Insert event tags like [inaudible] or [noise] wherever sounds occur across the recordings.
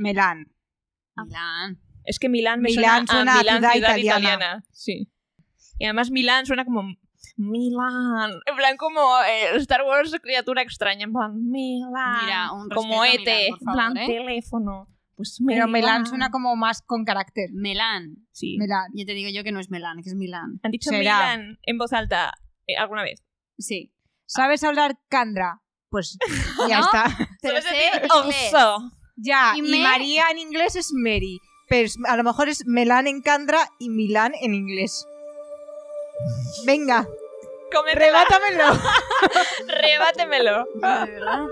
Milán. Ah. Milán. Es que Milán me Milán suena, suena a Milán, ciudad italiana. italiana. Sí. Y además Milán suena como Milán. En plan como eh, Star Wars criatura extraña. En plan Milán. Mira, un como ET. respeto a Milán, En por plan favor, ¿eh? teléfono. Pues Pero Milán suena como más con carácter. Melán. Sí. Milán. Ya te digo yo que no es Melán, que es Milán. Han dicho Será. Milán en voz alta eh, alguna vez. Sí. ¿Sabes hablar Candra? [laughs] Pues ya ¿No? está. Pero Solo se sé dice inglés. also. Ya, Y y, me- María en inglés es Mary. Pero es- a lo mejor es Melán en Candra y Milán en inglés. [laughs] Venga, Cómetela, remátamelo. rebátemelo. No, de verdad.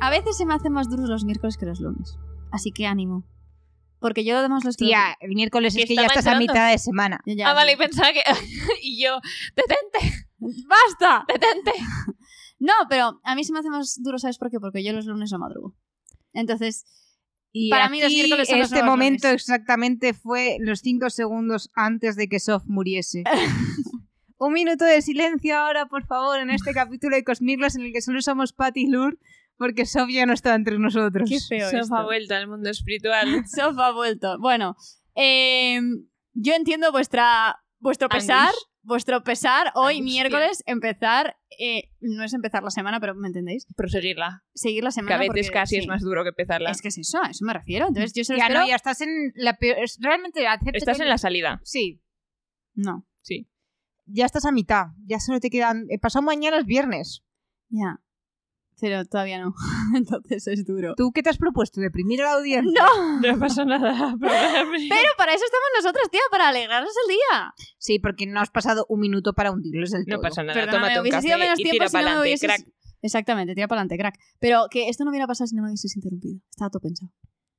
A veces se me hacen más duros los miércoles que los lunes. Así que ánimo. Porque yo además los Tía, el miércoles Que es que ya estaba estás entrando. a mitad de semana. Ya, ya, Ah, vale, y sí. pensaba que... [laughs] y yo, detente, ¡Basta! [laughs] detente. No, pero a mí se me hace más duro, ¿sabes por qué? Porque yo los lunes no madrugo. Entonces, Y Para mí los aquí, miércoles son los este nuevos momento lunes. exactamente fue los cinco segundos antes de que Sof [laughs] muriese. Un minuto de silencio ahora, por favor, en este capítulo de Cosmiglas en el que solo somos Pat y Lur, porque Sof ya no está entre nosotros. feo Sofa vuelta al [laughs] mundo espiritual. Sofa vuelto. Bueno, eh, yo entiendo vuestra, vuestro pesar. Anguish. Vuestro pesar hoy Angustia. miércoles empezar, eh, no es empezar la semana, pero ¿me entendéis? Proseguirla. Seguir la Que semana. a veces porque- casi es sí. más duro que empezarla. Es que es eso, a eso me refiero. Entonces yo se lo Ya espero- no, ya estás en la peor... es- Realmente, acéptate Estás en la salida. [laughs] Sí, No, Sí. ya estás a mitad. Ya solo te quedan... eh, Pasado mañana es viernes. ya. Pero todavía no. [laughs] Entonces es duro. ¿Tú qué te has propuesto? ¿Deprimir a la audiencia? [laughs] No, No [laughs] pasa nada. pero para eso estamos nosotros, tía, para alegrarnos el día. Sí, porque no has pasado un minuto para hundirlos del todo. No pasa nada. Perdóname, Tómate un hubiese café sido menos y tiempo tira si no para me hubieses- adelante, crack. Exactamente, tira para adelante, crack. Pero que esto no hubiera pasado si no me hubieses interrumpido. Estaba todo pensado.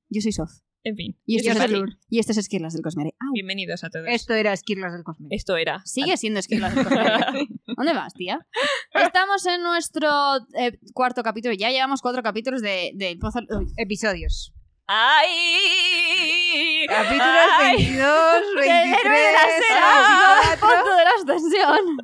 Yo soy Sof. En fin. Y esto, Yo es, soy Patty. Lur. y esto es Esquirlas del Cosmere. Au. Bienvenidos a todos. Esto era Esquirlas del Cosmiglas. Esto era. Sigue siendo Esquirlas del Cosmere. [laughs] ¿Dónde vas, tía? Estamos en nuestro eh, cuarto capítulo. Ya llevamos cuatro capítulos de- del Pozo... Uy, Episodios. ¡Ay! Capítulos ¡Ay! 22, 23, del héroe de las eras, 24, del [laughs] Pozo de la Ascensión.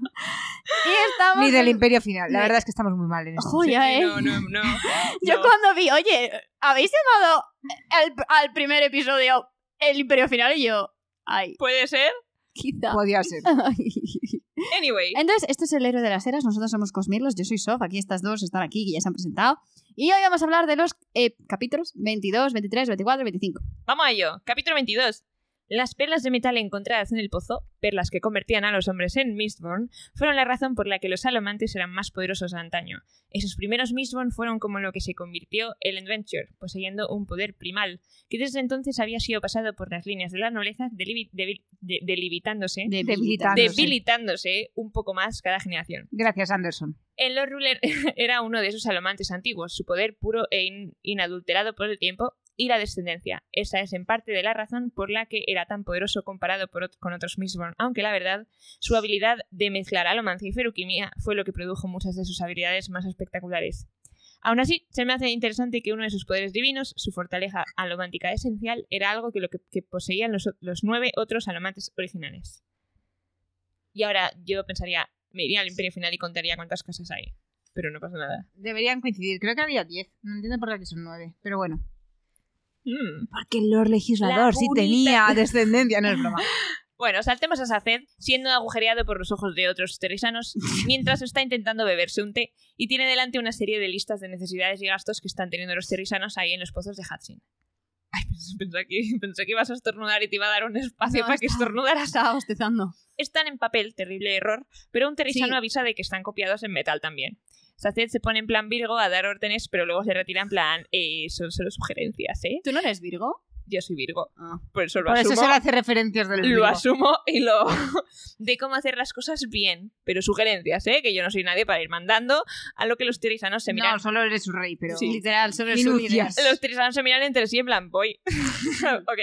Y estamos... ni del en- Imperio Final. La Ni- verdad es que estamos muy mal en esto. Ojo, Sí, ya, sí, eh. No, no, no. [laughs] Yo No. cuando vi, oye, ¿habéis llamado al, al primer episodio el Imperio Final? Y yo, ay, ¿Puede ser? quizá. Podía ser. Pues Anyway. [laughs] Entonces, esto es el héroe de las eras, nosotros somos Cosmirlos, yo soy Sof, aquí estas dos están aquí, que ya se han presentado. Y hoy vamos a hablar de los eh, capítulos 22, 23, 24 y 25. Vamos a ello. Capítulo 22. Las perlas de metal encontradas en el pozo, perlas que convertían a los hombres en Mistborn, fueron la razón por la que los salomantes eran más poderosos de antaño. Esos primeros Mistborn fueron como lo que se convirtió el Adventure, poseyendo un poder primal, que desde entonces había sido pasado por las líneas de la nobleza, delibi- debil- de- delimitándose- Debilitando. Debilitándose. debilitándose un poco más cada generación. Gracias, Anderson. El Lord Ruler [laughs] era uno de esos salomantes antiguos, su poder puro e in- inadulterado por el tiempo y la descendencia. Esa es en parte de la razón por la que era tan poderoso comparado por ot- con otros Mistborn, aunque la verdad, su habilidad de mezclar alomancia y feruquimia fue lo que produjo muchas de sus habilidades más espectaculares. Aún así, se me hace interesante que uno de sus poderes divinos, su fortaleza alomántica esencial, era algo que, lo que, que poseían los, o- los nueve otros alomantes originales. Y ahora yo pensaría, me iría al Imperio Final y contaría cuántas cosas hay. Pero no pasa nada. Deberían coincidir. Creo que había 10. No entiendo por qué son 9. Pero bueno. Mm. Porque el Lord La Legislador sí [laughs] bonita. tenía descendencia. No es broma. Bueno, saltemos a Saced, siendo agujereado por los ojos de [laughs] otros terrisanos, mientras está intentando beberse un té y tiene delante una serie de listas de necesidades y gastos que están teniendo los terrisanos ahí en los pozos de Hudson. Ay, [laughs] pens- pensé que, pensé que ibas a estornudar y te iba a dar un espacio No, para que está- estornudaras. Estaba bostezando. Están en papel, terrible error, pero un terrisano Sí. avisa de que están copiados en metal también. Saced se pone en plan Virgo a dar órdenes, pero luego se retira en plan, eh, son solo sugerencias, ¿eh? ¿Tú no eres Virgo? Yo soy Virgo, Ah. por eso lo Por asumo. eso se le hace referencias del lo Virgo. asumo y lo [laughs] de cómo hacer las cosas bien, pero sugerencias, ¿eh? Que yo no soy nadie para ir mandando a lo que los tirisanos se miran. No, solo eres su rey, pero... Literal, sobre Minucias. Los tirisanos se miran entre sí en plan, voy. [laughs] ok.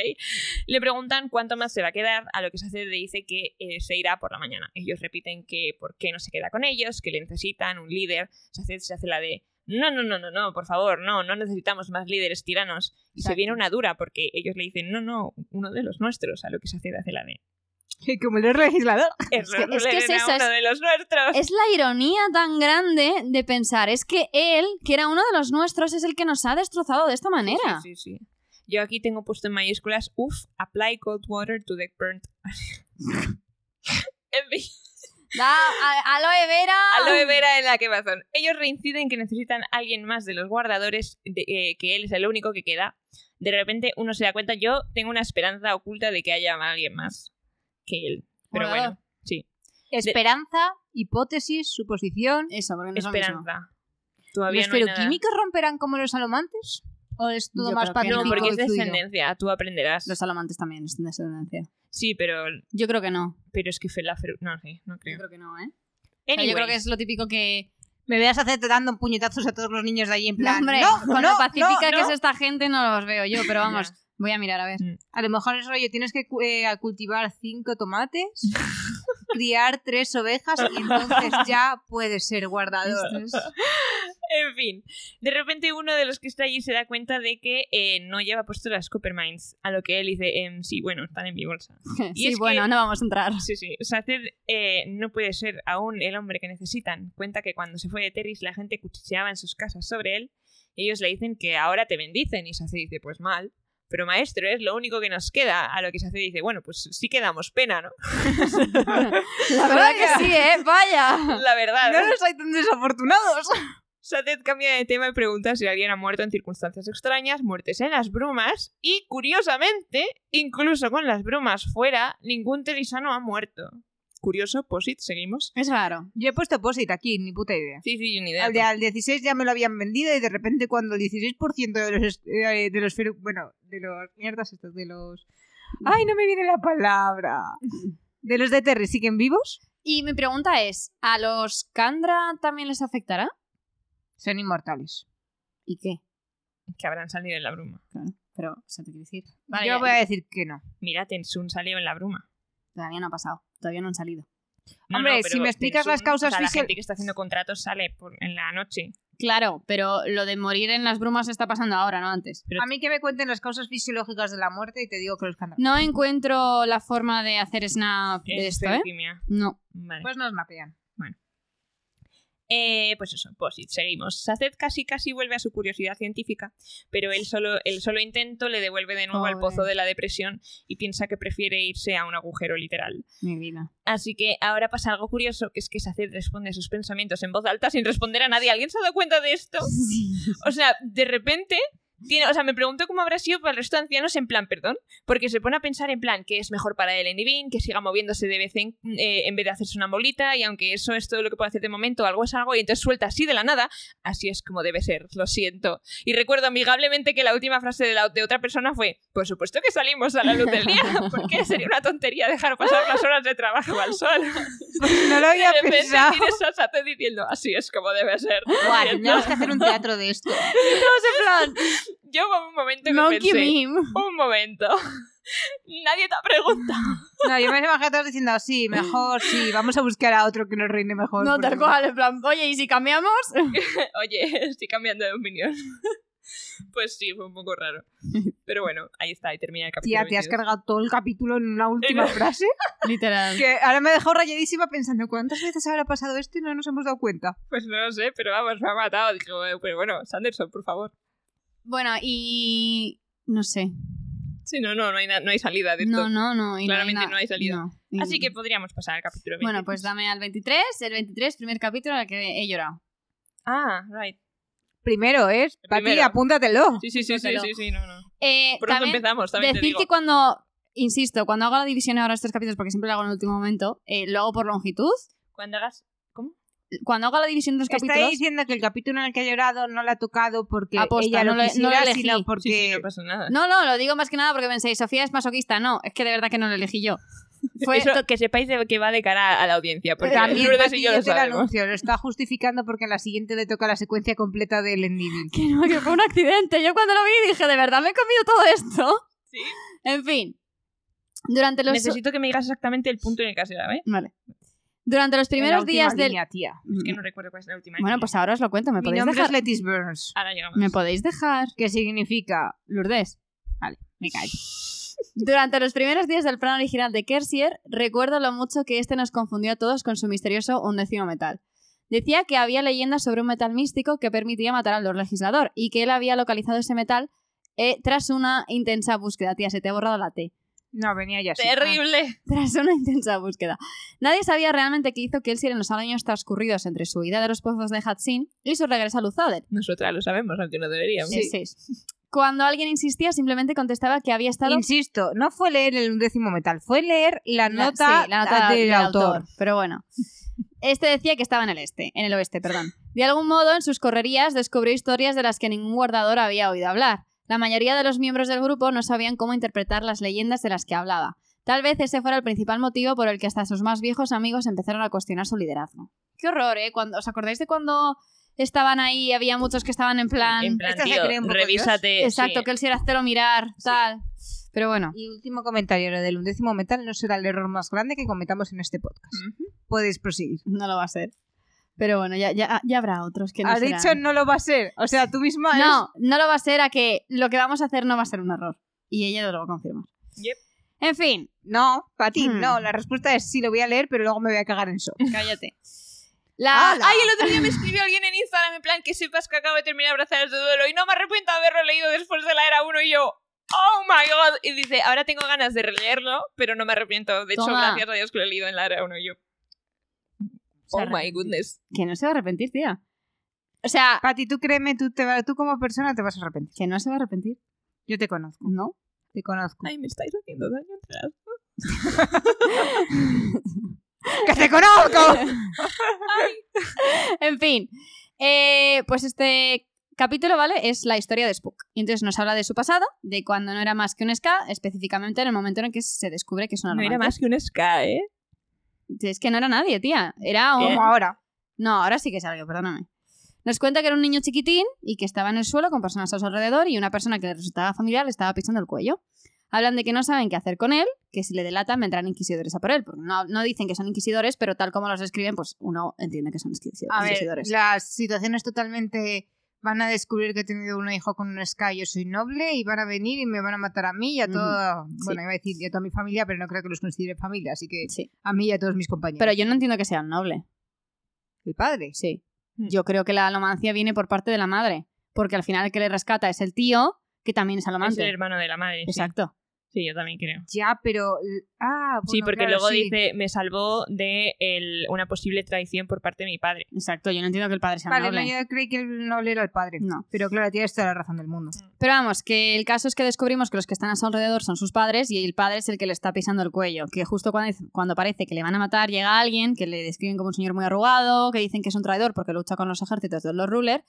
Le preguntan cuánto más se va a quedar, a lo que se hace le dice que eh, se irá por la mañana. Ellos repiten que por qué no se queda con ellos, que le necesitan un líder. Saced se hace la de, no, no, no, no, no, por favor, no, no necesitamos más líderes tiranos. Y se Exacto. viene una dura porque ellos le dicen, no, no, uno de los nuestros, a lo que se hace hace la de, Que [laughs] Como el legislador. es, que- [laughs] es que es era eso, uno es- de los nuestros. [laughs] Es la ironía tan grande de pensar, es que él, que era uno de los nuestros, es el que nos ha destrozado de esta manera. Sí, sí, sí. Yo aquí tengo puesto en mayúsculas, uff, apply cold water to the burnt. [laughs] en fin, Da a- aloe vera. aloe vera en la que quemazón. Ellos reinciden que necesitan a alguien más de los guardadores, de- eh, que él es el único que queda. De repente uno se da cuenta, yo tengo una esperanza oculta de que haya alguien más que él. Pero Guardador. bueno, sí, Esperanza, hipótesis, suposición... Eso, porque no es lo mismo. esperanza. Eh, Todavía ¿Los no hay nada. feroquímicos romperán como los alomantes? ¿O es todo Yo más creo que pacífico No, porque es y [laughs] fluido? descendencia, tú aprenderás. Los alamantes también es descendencia. Sí, pero, Yo creo que no. pero es que fe- la fer- No sé, no creo. creo que no, ¿eh? yo creo Anyways. que es lo típico que. Me veas hacer dando puñetazos a todos los niños de allí en plan... No, hombre, "No, con no, lo pacífica no, que no". es esta gente no los veo yo, pero vamos, [laughs] Ya. voy a mirar a [laughs] ver. A lo mejor es rollo, tienes que cu- eh, cultivar cinco tomates, [laughs] criar tres ovejas y entonces ya puedes ser guardador. Esto es- En fin, de repente uno de los que está allí se da cuenta de que eh, no lleva puesto las Coppermines, a lo que él dice, em, sí, bueno, están en mi bolsa. Y sí, es que- bueno, no vamos a entrar. Sí, sí, Saced eh, no puede ser aún el hombre que necesitan. Cuenta que cuando se fue de Terris la gente cuchicheaba en sus casas sobre él y ellos le dicen que ahora te bendicen y Saced dice, pues mal. Pero maestro, es lo único que nos queda. A lo que Saced dice, bueno, pues sí que damos pena, ¿no? [laughs] La verdad que sí, ¿eh? Vaya. [laughs] La verdad. ¿eh? [laughs] No los hay tan desafortunados. Satet cambia de tema y pregunta si alguien ha muerto en circunstancias extrañas, muertes en las brumas, y curiosamente, incluso con las brumas fuera, ningún terisano ha muerto. Curioso, Posit, seguimos. Es raro. Yo he puesto POSIT aquí, ni puta idea. Sí, sí, ni idea. Al, de- al 16 ya me lo habían vendido y de repente cuando el 16% de los, est- eh, de los... fero- Bueno, de los mierdas estos, de los... ¡Ay, no me viene la palabra! ¿De los de Terry siguen vivos? Y mi pregunta es: ¿a los Kandra también les afectará? Son inmortales. ¿Y qué? Que habrán salido en la bruma. Pero, o sea, te quiero decir. Vale, Yo ya- voy a decir que no. Mira, Tensun salió en la bruma. Todavía no ha pasado. Todavía no han salido. No, Hombre, no, pero si me explicas las Tensun- o sea, causas La fisiol- gente que está haciendo contratos sale por- en la noche. Claro, pero lo de morir en las brumas está pasando ahora, no antes. Pero- A mí que me cuenten las causas fisiológicas de la muerte y te digo que los cantan. No encuentro la forma de hacer snap de en esto, ¿eh? Ferroquimia. No. Vale. Pues nos mapean. Eh, pues eso, Posit, seguimos. Saced casi casi vuelve a su curiosidad científica, pero él solo, el solo intento le devuelve de nuevo al Pobre. pozo de la depresión y piensa que prefiere irse a un agujero literal. Mi vida. Así que ahora pasa algo curioso, que es que Saced responde a sus pensamientos en voz alta sin responder a nadie. ¿Alguien se ha dado cuenta de esto? O sea, de repente... Tiene, o sea, me pregunto cómo habrá sido para el resto de ancianos en plan, perdón, porque se pone a pensar en plan que es mejor para el Enivin, que siga moviéndose de vez en, eh, en vez de hacerse una bolita, y aunque eso es todo lo que puedo hacer de momento, algo es algo, y entonces suelta así de la nada, así es como debe ser, lo siento. Y recuerdo amigablemente que la última frase de, la, de otra persona fue, por supuesto que salimos a la luz del día, porque sería una tontería dejar pasar las horas de trabajo al sol. Pues No lo Y había [laughs] de repente pensado. tienes a Sate diciendo, así es como debe ser. lo Guau, siento". tenemos que hacer [laughs] un teatro de esto. en plan, Yo hubo un momento que monkey pensé, meme. un momento. [laughs] Nadie te ha preguntado. [laughs] No, yo me imagino a todos diciendo, sí, mejor, sí, vamos a buscar a otro que nos reine mejor. No, porque- tal cual, en plan, oye, ¿y si cambiamos? Oye, estoy cambiando de opinión. [laughs] Pues sí, fue un poco raro. Pero bueno, ahí está, ahí termina el capítulo. Tía, te has 22. cargado todo el capítulo en una última [laughs] frase. Literal. Que ahora me he dejado rayadísima pensando, ¿cuántas veces habrá pasado esto y no nos hemos dado cuenta? Pues no lo sé, pero vamos, me ha matado. Digo, eh, pero bueno, Sanderson, por favor. [laughs] Bueno, y... No sé. Sí, no, no, no hay, na- no hay salida de No, esto. no, no. y Claramente nada- no hay salida. no, y- Así que podríamos pasar al capítulo 20. Mm. Bueno, pues dame al 23, el 23, primer capítulo al que he llorado. Ah, right. Primero, ¿eh? Pati, Primero. apúntatelo. Sí, sí, sí, sí, Ah, Cuéntalo. sí, sí, no, no. Eh, Pronto también empezamos, también decir te digo. que cuando... Insisto, cuando hago la división ahora de estos capítulos, porque siempre lo hago en el último momento, eh, lo hago por longitud. Cuando hagas... cuando haga la división de los Está capítulos, diciendo que el capítulo en el que ha llorado no la ha tocado porque Aposta, ella lo no lo- no lo quisiera, elegí. sino porque... Sí, sí, no pasa nada. No, no, lo digo más que nada porque penséis, Sofía es masoquista. No, es que de verdad que no lo elegí yo. [laughs] [laughs] Fue Eso, to- que sepáis de que va de cara a la audiencia, porque También Lourdes Pati, y yo yo lo te lo sabemos. anuncio, lo está justificando porque en la siguiente le toca la secuencia completa del Endivin. que no, que fue un accidente. Yo cuando lo vi dije, de verdad, me he comido todo esto. Sí. En fin. Durante los. Necesito que me digas exactamente el punto en el que has llegado, ¿eh? Vale. Durante los primeros días del. tía. Es que no recuerdo cuál es la última. Mm. Bueno, línea. pues mm, ahora os lo cuento. ¿Me Mi podéis nombre dejar? es Letis Burns. Ahora llegamos. ¿Me podéis dejar? ¿Qué significa? Lourdes. Me callo. Durante los primeros días del plan original de Kersier, recuerdo lo mucho que este nos confundió a todos con su misterioso undécimo metal. Decía que había leyendas sobre un metal místico que permitía matar al Lord Legislador y que él había localizado ese metal eh, tras una intensa búsqueda. Tía, se te ha borrado la T. [laughs] No, venía ya así. Ah, ¡Terrible! Tras una intensa búsqueda. Nadie sabía realmente qué hizo Kelsier en los años transcurridos entre su huida de los pozos de Hatsin y su regreso a Luzader. Nosotras lo sabemos, aunque no deberíamos. Sí, sí. Cuando alguien insistía, simplemente contestaba que Ah, había estado. Insisto, no fue leer el undécimo metal, fue leer la La- nota, sí, la nota del, autor. Pero bueno. Este decía que estaba en el este, en el oeste, perdón. De algún modo, en sus correrías descubrió historias de las que ningún guardador había oído hablar. La mayoría de los miembros del grupo no sabían cómo interpretar las leyendas de las que hablaba. Tal vez ese fuera el principal motivo por el que hasta sus más viejos amigos empezaron a cuestionar su liderazgo. Qué horror, ¿eh? Cuando, ¿Os acordáis de cuando estaban ahí? Había muchos que estaban en plan. En plan, Esta se tío, cree un poco revísate. exacto, sí. que él sí era hacerlo mirar, tal. Pero bueno. Y último comentario, lo del undécimo metal no será el error más grande que cometamos en este podcast. Ujú. Podéis proseguir. No lo va a ser. Pero bueno, ya, ya, ya habrá otros que no Has serán. dicho no lo va a ser. O sea, tú misma No, no lo va a ser a que lo que vamos a hacer no va a ser un error. Y ella lo va a confirmar. Yep. En fin, es... No, Pati, Hmm. no. La respuesta es sí, lo voy a leer, pero luego me voy a cagar en eso. cállate. La... ¡Hala! Ay, el otro día me escribió alguien en Instagram en plan que sepas que acabo de terminar Brazares de Duelo y no me arrepiento de haberlo leído después de la era 1 y yo, oh my god. Y dice, ahora tengo ganas de releerlo, pero no me arrepiento. De hecho, Toma. gracias a Dios que lo he leído en la era 1 y yo. Oh my goodness. Que no se va a arrepentir, tía. O sea, Pati, tú créeme, tú, te, va- tú como persona te vas a arrepentir. que no se va a arrepentir. [laughs] Yo te conozco, No. te conozco. [laughs] Ay, me estáis haciendo daño atrás. ¡Que te conozco! En fin. eh, pues este capítulo, ¿vale? Es la historia de Spook. Y entonces nos habla de su pasado, de cuando no era más que un ska, específicamente en el momento en el que se descubre que es una No era amante. más que un ska, ¿eh? Es que no era nadie, tía. Era un... como ahora. No, ahora sí que es algo, perdóname. Nos cuenta que era un niño chiquitín y que estaba en el suelo con personas a su alrededor y una persona que le resultaba familiar le estaba pisando el cuello. Hablan de que no saben qué hacer con él, que si le delatan vendrán inquisidores a por él. Porque no, no dicen que son inquisidores, pero tal como los escriben, pues uno entiende que son inquisi- A ver, inquisidores. la situación es totalmente... Van a descubrir que he tenido un hijo con un Sky, yo soy noble, y van a venir y me van a matar a mí y a Ujú, toda... Bueno, iba a decir y a toda mi familia, pero no creo que los considere familia, así que Sí. a mí y a todos mis compañeros. Pero yo no entiendo que sea un noble. El padre. Sí. Hmm. Mm. Yo creo que la alomancia viene por parte de la madre, porque al final el que le rescata es el tío, que también es Es el alomante. hermano de la madre. sí. Exacto. Sí, yo también creo. Ya, pero... Ah, sí, bueno, porque claro, luego sí. dice, me salvó de el- una posible traición por parte de mi padre. Exacto, yo no entiendo que el padre sea un Vale, noble. no, yo creí que el noble era el padre. No. Pero claro, tienes toda la razón del mundo. Pero vamos, que el caso es que descubrimos que los que están a su alrededor son sus padres y el padre es el que le está pisando el cuello. Que justo cuando, cuando parece que le van a matar llega alguien que le describen como un señor muy arrugado, que dicen que es un traidor porque lucha con los ejércitos de los ruler,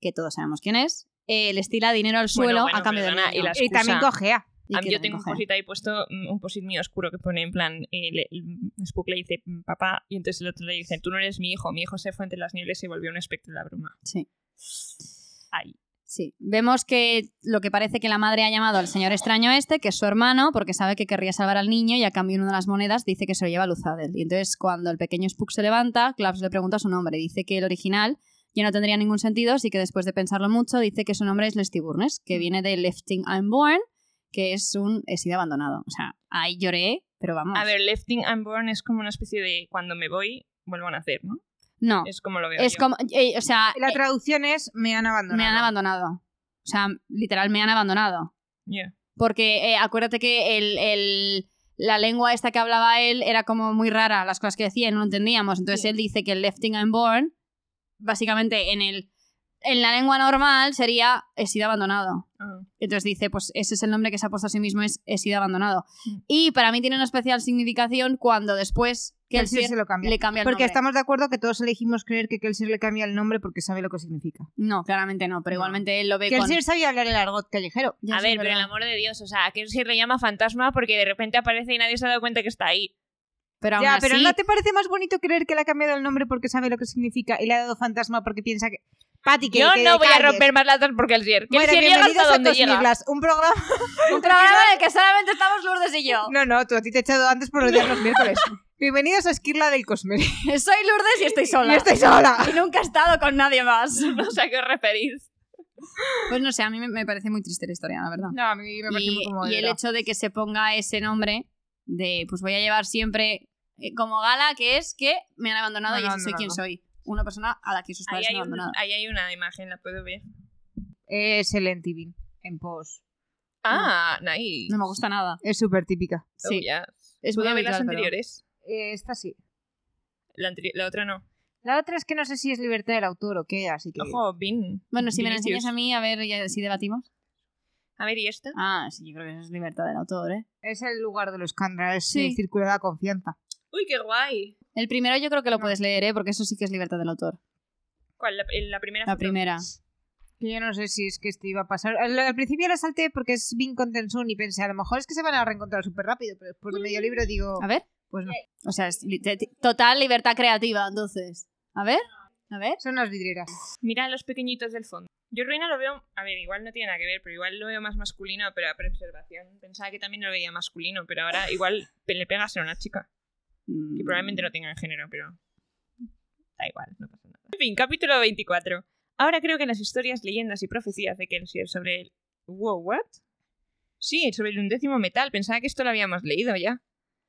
que todos sabemos quién es. eh, le estila dinero al suelo bueno, a cambio de perdona, nada. y la Y también excusa- cojea. A mí yo tengo un posit ahí puesto, mm, un posit mío oscuro que pone en plan, eh, le- el Spook le dice "Mm, papá, y entonces el otro le dice, tú no eres mi hijo, mi hijo se fue entre las nieves y volvió un espectro de la bruma. Sí. Ay, Sí, vemos que lo que parece que la madre ha llamado al señor extraño este, que es su hermano, porque sabe que querría salvar al niño y a cambio de una de las monedas dice que se lo lleva a Luzadel. Y entonces cuando el pequeño Spook se levanta, Claps le pregunta su nombre. Dice que el original ya no tendría ningún sentido, así que después de pensarlo mucho dice que su nombre es Lestiburnes, Mm. que viene de Lefting Unborn, que es un SIDA abandonado. O sea, ahí lloré, pero vamos. a ver, Lefting Unborn es como una especie de cuando me voy, vuelvo a nacer, ¿no? no, es, Es como lo veo yo. como... eh, o sea, La eh, traducción es me han abandonado. me han abandonado. O sea, literal, me han abandonado. Yeah. Porque eh, acuérdate que el, el- la lengua esta que hablaba él era como muy rara, las cosas que decía y no lo entendíamos. Entonces Sí. él dice que el lefting unborn, básicamente en, el, en la lengua normal, sería he sido abandonado. Ah. Entonces dice, pues ese es el nombre que se ha puesto a sí mismo, es he sido abandonado. Mm. Y para mí tiene una especial significación cuando después que Kelsier se lo cambia. le cambia el Porque nombre. estamos de acuerdo que todos elegimos creer que Kelsier le cambia el nombre porque sabe lo que significa. No, claramente no, pero No. igualmente él lo ve con... Kelsier sabía hablar el argot callejero. Ya a sí, ver, es pero el verdad. amor de Dios, o sea, a Kelsier le llama fantasma porque de repente aparece y nadie se ha dado cuenta que está ahí. Pero aún ya, así, pero ¿no te parece más bonito creer que le ha cambiado el nombre porque sabe lo que significa y le ha dado fantasma porque piensa que... Pati, que Yo que no voy a calles. romper más latas por Kelsier. Bueno, Kelsier llega bienvenidos hasta a donde llega. Cosmirlas, un programa... un programa en el que solamente estamos Lourdes [laughs] y yo. No, no, tú a ti te he echado antes por odiar los [laughs] miércoles. Bienvenidos a Esquirla del Cosmer. Soy Lourdes y estoy sola. Y estoy [laughs] sola. Y nunca he estado con nadie más. [laughs] No sé a qué os referís. Pues no sé, a mí me- me parece muy triste la historia, la verdad. No, a mí me parece y, muy como y el hecho de que se ponga ese nombre de pues voy a llevar siempre eh, como gala que es que me han abandonado Me han y así soy quien soy una persona a la que sus Ahí padres hay, me han un- abandonado ahí hay una imagen, la puedo ver. Es el Entivin, en pos. Ah, nice. no me gusta nada Es súper típica. Oh, sí ya. es muy Puedo ver las habitual, pero- anteriores. Eh, esta sí. La, anteri- la otra no. La otra es que no sé si es libertad del autor o qué, así que... Ojo, Bin. bueno si me la Vinicius. enseñas a mí a ver ya- si debatimos A ver, ¿y esta? ah sí yo creo que eso es libertad del autor eh Es el lugar de los candras, es Sí. el círculo de la confianza. Uy, qué guay. el primero yo creo que lo puedes leer eh porque eso sí que es libertad del autor ¿Cuál? La, eh, la primera la foto? primera Que yo no sé si es que esto iba a pasar. Al, al principio la salté porque es bien contención y pensé, a lo mejor es que se van a reencontrar súper rápido, pero después de medio libro digo, a ver pues no. o sea es li- te- te- total libertad creativa entonces a ver a ver Son las vidrieras. Mira a los pequeñitos del fondo. Yo Ruina lo veo, a ver, igual no tiene nada que ver, pero igual lo veo más masculino, pero a preservación. Pensaba que también lo veía masculino, pero ahora igual [laughs] pe- le pegas a una chica, que probablemente no tenga género, pero da igual, no pasa nada. En fin, capítulo 24. Ahora creo que las historias, leyendas y profecías de Kelsier sobre el... Wow, what? Sí, sobre el undécimo metal. Pensaba que esto lo habíamos leído ya.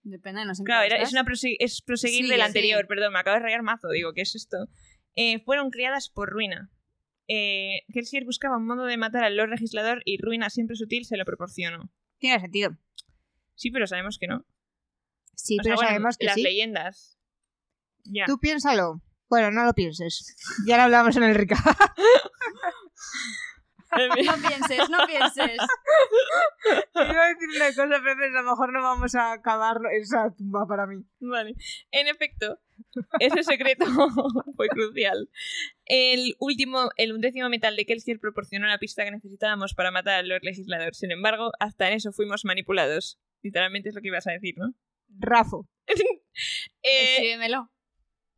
Mm, depende de no sé en qué Claro, era- estás. es, una prose- es proseguir Sí, del sí. anterior, perdón, me acabo de rayar mazo, digo, ¿qué es esto? Eh, fueron criadas por Ruina. Eh, Kelsier buscaba un modo de matar al Lord Legislador y Ruina, siempre sutil, se lo proporcionó. Tiene sentido. Sí, pero sabemos que no. [laughs] Sí, O sea, pero bueno, sabemos que Las sí. leyendas. Ya. Tú piénsalo. Bueno, no lo pienses. Ya lo hablamos en el [laughs] rica. [laughs] no pienses no pienses Iba a decir una cosa, pero pensé, a lo mejor no vamos a acabar esa tumba para mí. Vale. En efecto, ese secreto [laughs] fue crucial. El último, el undécimo metal de Kelsier proporcionó la pista que necesitábamos para matar al Lord Legislador. Sin embargo, hasta en eso fuimos manipulados. Literalmente es lo que ibas a decir, ¿no? Rafo. [laughs] Eh, escríbemelo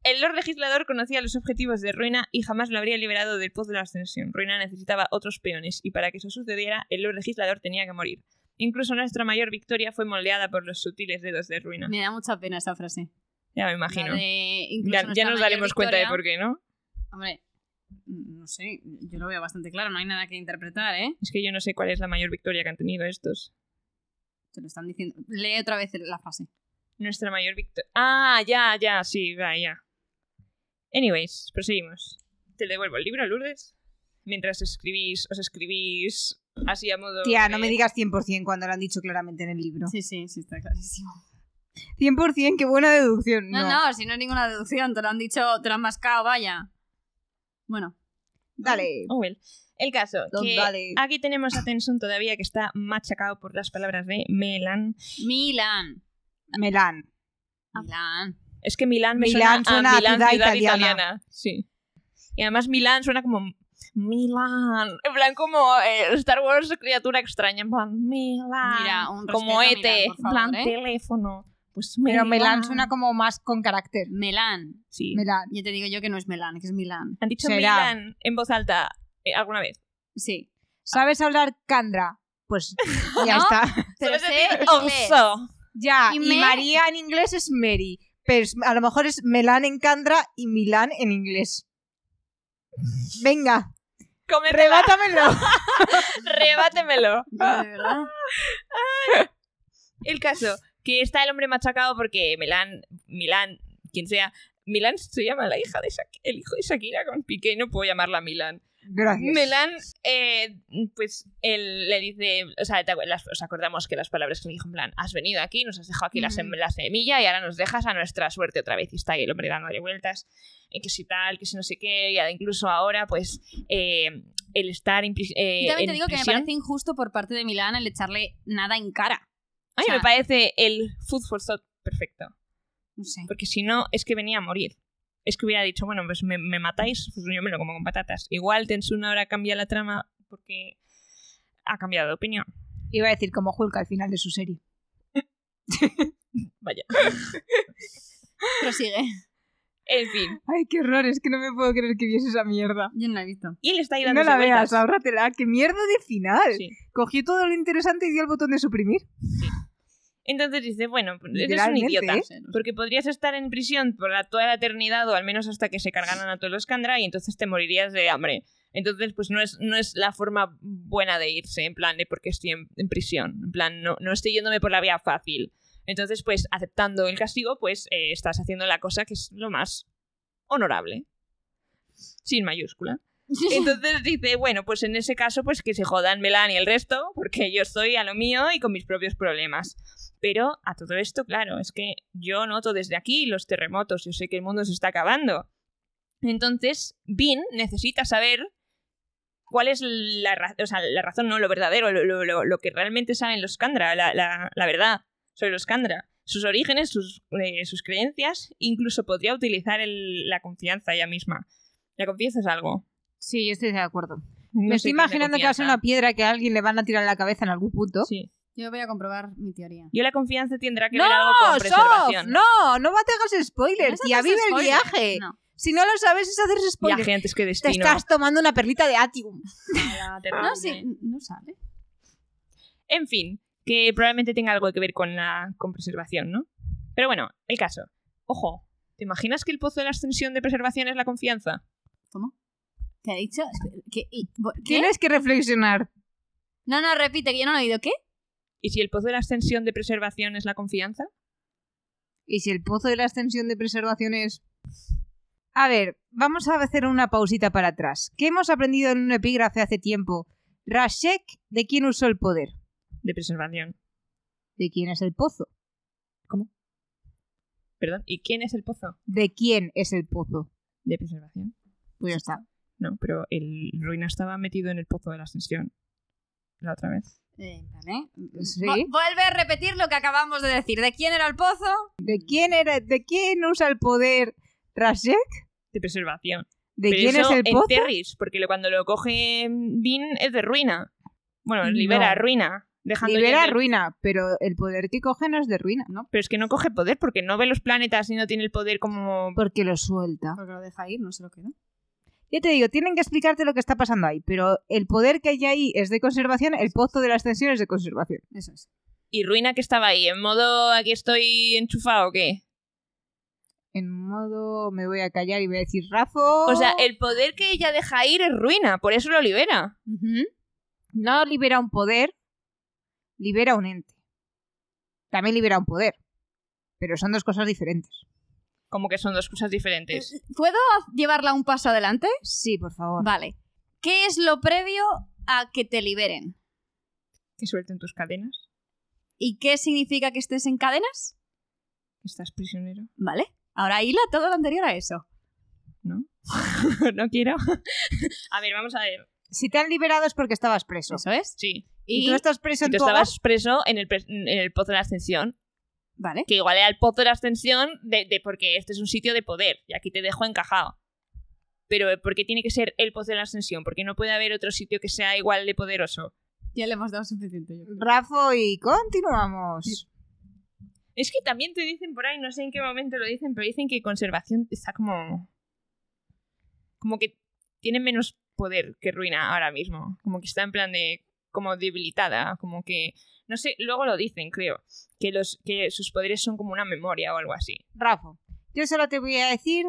El Lord Legislador conocía los objetivos de Ruina y jamás lo habría liberado del pozo de la ascensión. Ruina necesitaba otros peones, y para que eso sucediera, el Lord Legislador tenía que morir. Incluso nuestra mayor victoria fue moldeada por los sutiles dedos de Ruina. me da mucha pena esta frase Ya me imagino. La de incluso Ya, nuestra ya nos mayor daremos cuenta de victoria. por qué, ¿no? Hombre, mm, no sé, yo lo veo bastante claro, no hay nada que interpretar, ¿eh? Es que yo no sé cuál es la mayor victoria que han tenido estos. Te lo están diciendo. Lee otra vez la frase. Nuestra mayor victoria. Ah, ya, ya, sí, va, ya. Anyways, proseguimos. Te devuelvo el libro, Lourdes. Mientras escribís, os escribís así a modo. Tía, no de- me digas 100% cuando lo han dicho claramente en el libro. Sí, sí, sí, está clarísimo. 100%, qué buena deducción. No, No, no, si no es ninguna deducción, te lo han dicho, te lo han mascado, vaya. Bueno, Dale. Owen. Oh, El caso, Don que Dale. aquí tenemos a Tensun todavía que está machacado por las palabras de Melan. Milan. Melán. Ah. Milan. Es que Milán me Milán suena suena, a a Milán, ciudad ciudad italiana. italiana. Sí. Y además Milán suena como Milán. En plan como eh, Star Wars criatura extraña. En plan Milán. Mira, un respeto como a ET. Milán, por en plan favor, ¿eh? teléfono. Pues Pero Milán. Melán suena como más con carácter. Melan. Sí. Melán. Yo te digo yo que no es Melan, que es Milan. Han dicho Será. Milán en voz alta eh, alguna vez. Sí. ¿Sabes hablar Candra? [laughs] Pues ya ¿No? está. Pero Solo sé se dice inglés. also. Ya, ¿Y y, me? María en inglés es Mary. Pero es- a lo mejor es Melán en Candra y Milán en inglés. Venga, Come, rebátamelo. rebátemelo. De [laughs] verdad. El caso, que está el hombre machacado porque Milán, Milán, quien sea, Milán se llama la hija de Shak- el hijo de Shakira con Piqué, no puedo llamarla Milán. [laughs] Gracias. Milán, eh, pues él le dice, o sea, te acu- las- os acordamos que las palabras que le dijo en plan, has venido aquí, nos has dejado aquí la, sem- Ujú. la semilla y ahora nos dejas a nuestra suerte otra vez. Y está ahí el hombre dándole vueltas, eh, que si tal, que si no sé qué, y a- incluso ahora, pues, eh, el estar en pris- eh, Y también te en digo que me prisión. parece injusto por parte de Milan el echarle nada en cara. A o mí sea- me parece el food for thought perfecto. No sé. Porque si no, es que venía a morir. Es que hubiera dicho, bueno, pues me, me matáis, pues yo me lo como con patatas. Igual Tensuna ahora cambia la trama porque ha cambiado de opinión. Iba a decir como Hulk al final de su serie. Vaya. Prosigue. En fin. Ay, qué horror, es que no me puedo creer que viese esa mierda. [laughs] Yo no la he visto. Y él está ahí no dándose la veas, vueltas. ahórratela. ¡Qué mierda de final! Sí. Cogió todo lo interesante y dio el botón de suprimir. Entonces dice, bueno, eres un Literalmente, idiota. ¿eh? Porque podrías estar en prisión por la- toda la eternidad o al menos hasta que se cargaran a todos los Kandra y entonces te morirías de hambre. Entonces, pues no es, no es la forma buena de irse, en plan de porque estoy en, en prisión. En plan, no, no estoy yéndome por la vía fácil. Entonces, pues aceptando el castigo, pues eh, estás haciendo la cosa que es lo más honorable. Sin mayúscula. Entonces dice, bueno, pues en ese caso, pues que se jodan Melanie y el resto, porque yo estoy a lo mío y con mis propios problemas. Pero a todo esto, claro, es que yo noto desde aquí los terremotos, yo sé que el mundo se está acabando. Entonces, Vin necesita saber cuál es la, ra- o sea, la razón, no lo verdadero, lo, lo- lo- lo que realmente saben los Kandra, la, la- la verdad sobre los Kandra. Sus orígenes, sus, eh, sus creencias, incluso podría utilizar el- la confianza ella misma. La confianza es algo. Sí, yo estoy de acuerdo. No me sé estoy qué es la imaginando que va a ser confianza. una piedra que a alguien le van a tirar en la cabeza en algún punto. Sí. Yo voy a comprobar mi teoría. Yo la confianza tendrá que ¡No, ver algo con Sof! preservación. ¡No! ¡No bategas spoilers! No ¡Tía, haces vive el spoiler. viaje! No. Si no lo sabes, es hacer spoilers. Viaje antes que Te destino. estás tomando una perlita de Atium. [laughs] Terrible. No, sí, no sale. Ah, En fin, que probablemente tenga algo que ver con la con preservación, ¿no? Pero bueno, el caso. Ojo, ¿te imaginas que el pozo de la ascensión de preservación es la confianza? ¿Qué ha dicho? ¿Qué? ¿Y- bo- qué? Tienes que reflexionar. No, no, repite, que yo no lo he oído. ¿Qué? ¿Y si el pozo de la ascensión de preservación es la confianza? ¿Y si el pozo de la extensión de preservación es...? A ver, vamos a hacer una pausita para atrás. ¿Qué hemos aprendido en un epígrafe hace tiempo? Rashek, ¿de quién usó el poder? De preservación. ¿De quién es el pozo? Perdón. ¿Y quién es el pozo ¿De quién es el pozo? de preservación? Pues ya está. No, pero el ruina estaba metido en el pozo de la ascensión. La otra vez. Eh, vale. Sí. Vo- Vuelve a repetir lo que acabamos de decir. ¿De quién era el pozo? ¿De quién, era, ¿de quién usa el poder Rashek? De preservación. ¿De Pero quién es eso el en pozo? Terris, porque lo- cuando lo coge Vin es de ruina. Bueno, No. libera ruina. Dejando Libera ya de- ruina, pero el poder que coge no es de ruina, ¿no? Pero es que no coge poder porque no ve los planetas y no tiene el poder como. Porque lo suelta. Porque lo deja ir, no se lo queda. Ya te digo, tienen que explicarte lo que está pasando ahí, pero el poder que hay ahí es de conservación, el pozo de la ascensión es de conservación. Eso es. Y Ruina que estaba ahí, en modo aquí estoy enchufado o qué. En modo, me voy a callar y voy a decir Razo. O sea, el poder que ella deja ir es Ruina, por eso lo libera. Ujú. no libera un poder, libera un ente. También libera un poder, pero son dos cosas diferentes. Como que son dos cosas diferentes. ¿Puedo llevarla un paso adelante? Sí, por favor. Vale. ¿Qué es lo previo a que te liberen? Que suelten tus cadenas, ¿Y qué significa que estés en cadenas? que estás prisionero. Vale. Ahora hila todo lo anterior a eso. [laughs] no quiero. [laughs] a ver, vamos a ver. Si te han liberado es porque estabas preso. Eso es. Sí. Y, Y, tú estás preso Si en tú tu hogar, estabas preso en el, pres- en el pozo de la ascensión, Vale. que igual era el pozo de la ascensión de, de- porque este es un sitio de poder y aquí te dejo encajado. Pero eh, ¿por qué tiene que ser el pozo de la ascensión? Porque no puede haber otro sitio que sea igual de poderoso. Ya le hemos dado suficiente. yo creo. Razo y continuamos. Es que también te dicen por ahí, no sé en qué momento lo dicen, pero dicen que conservación está como... Como que tiene menos poder que ruina ahora mismo. Como que está en plan de... como debilitada, como que... No sé, luego lo dicen, creo. Que, los, que sus poderes son como una memoria o algo así. Razo, yo solo te voy a decir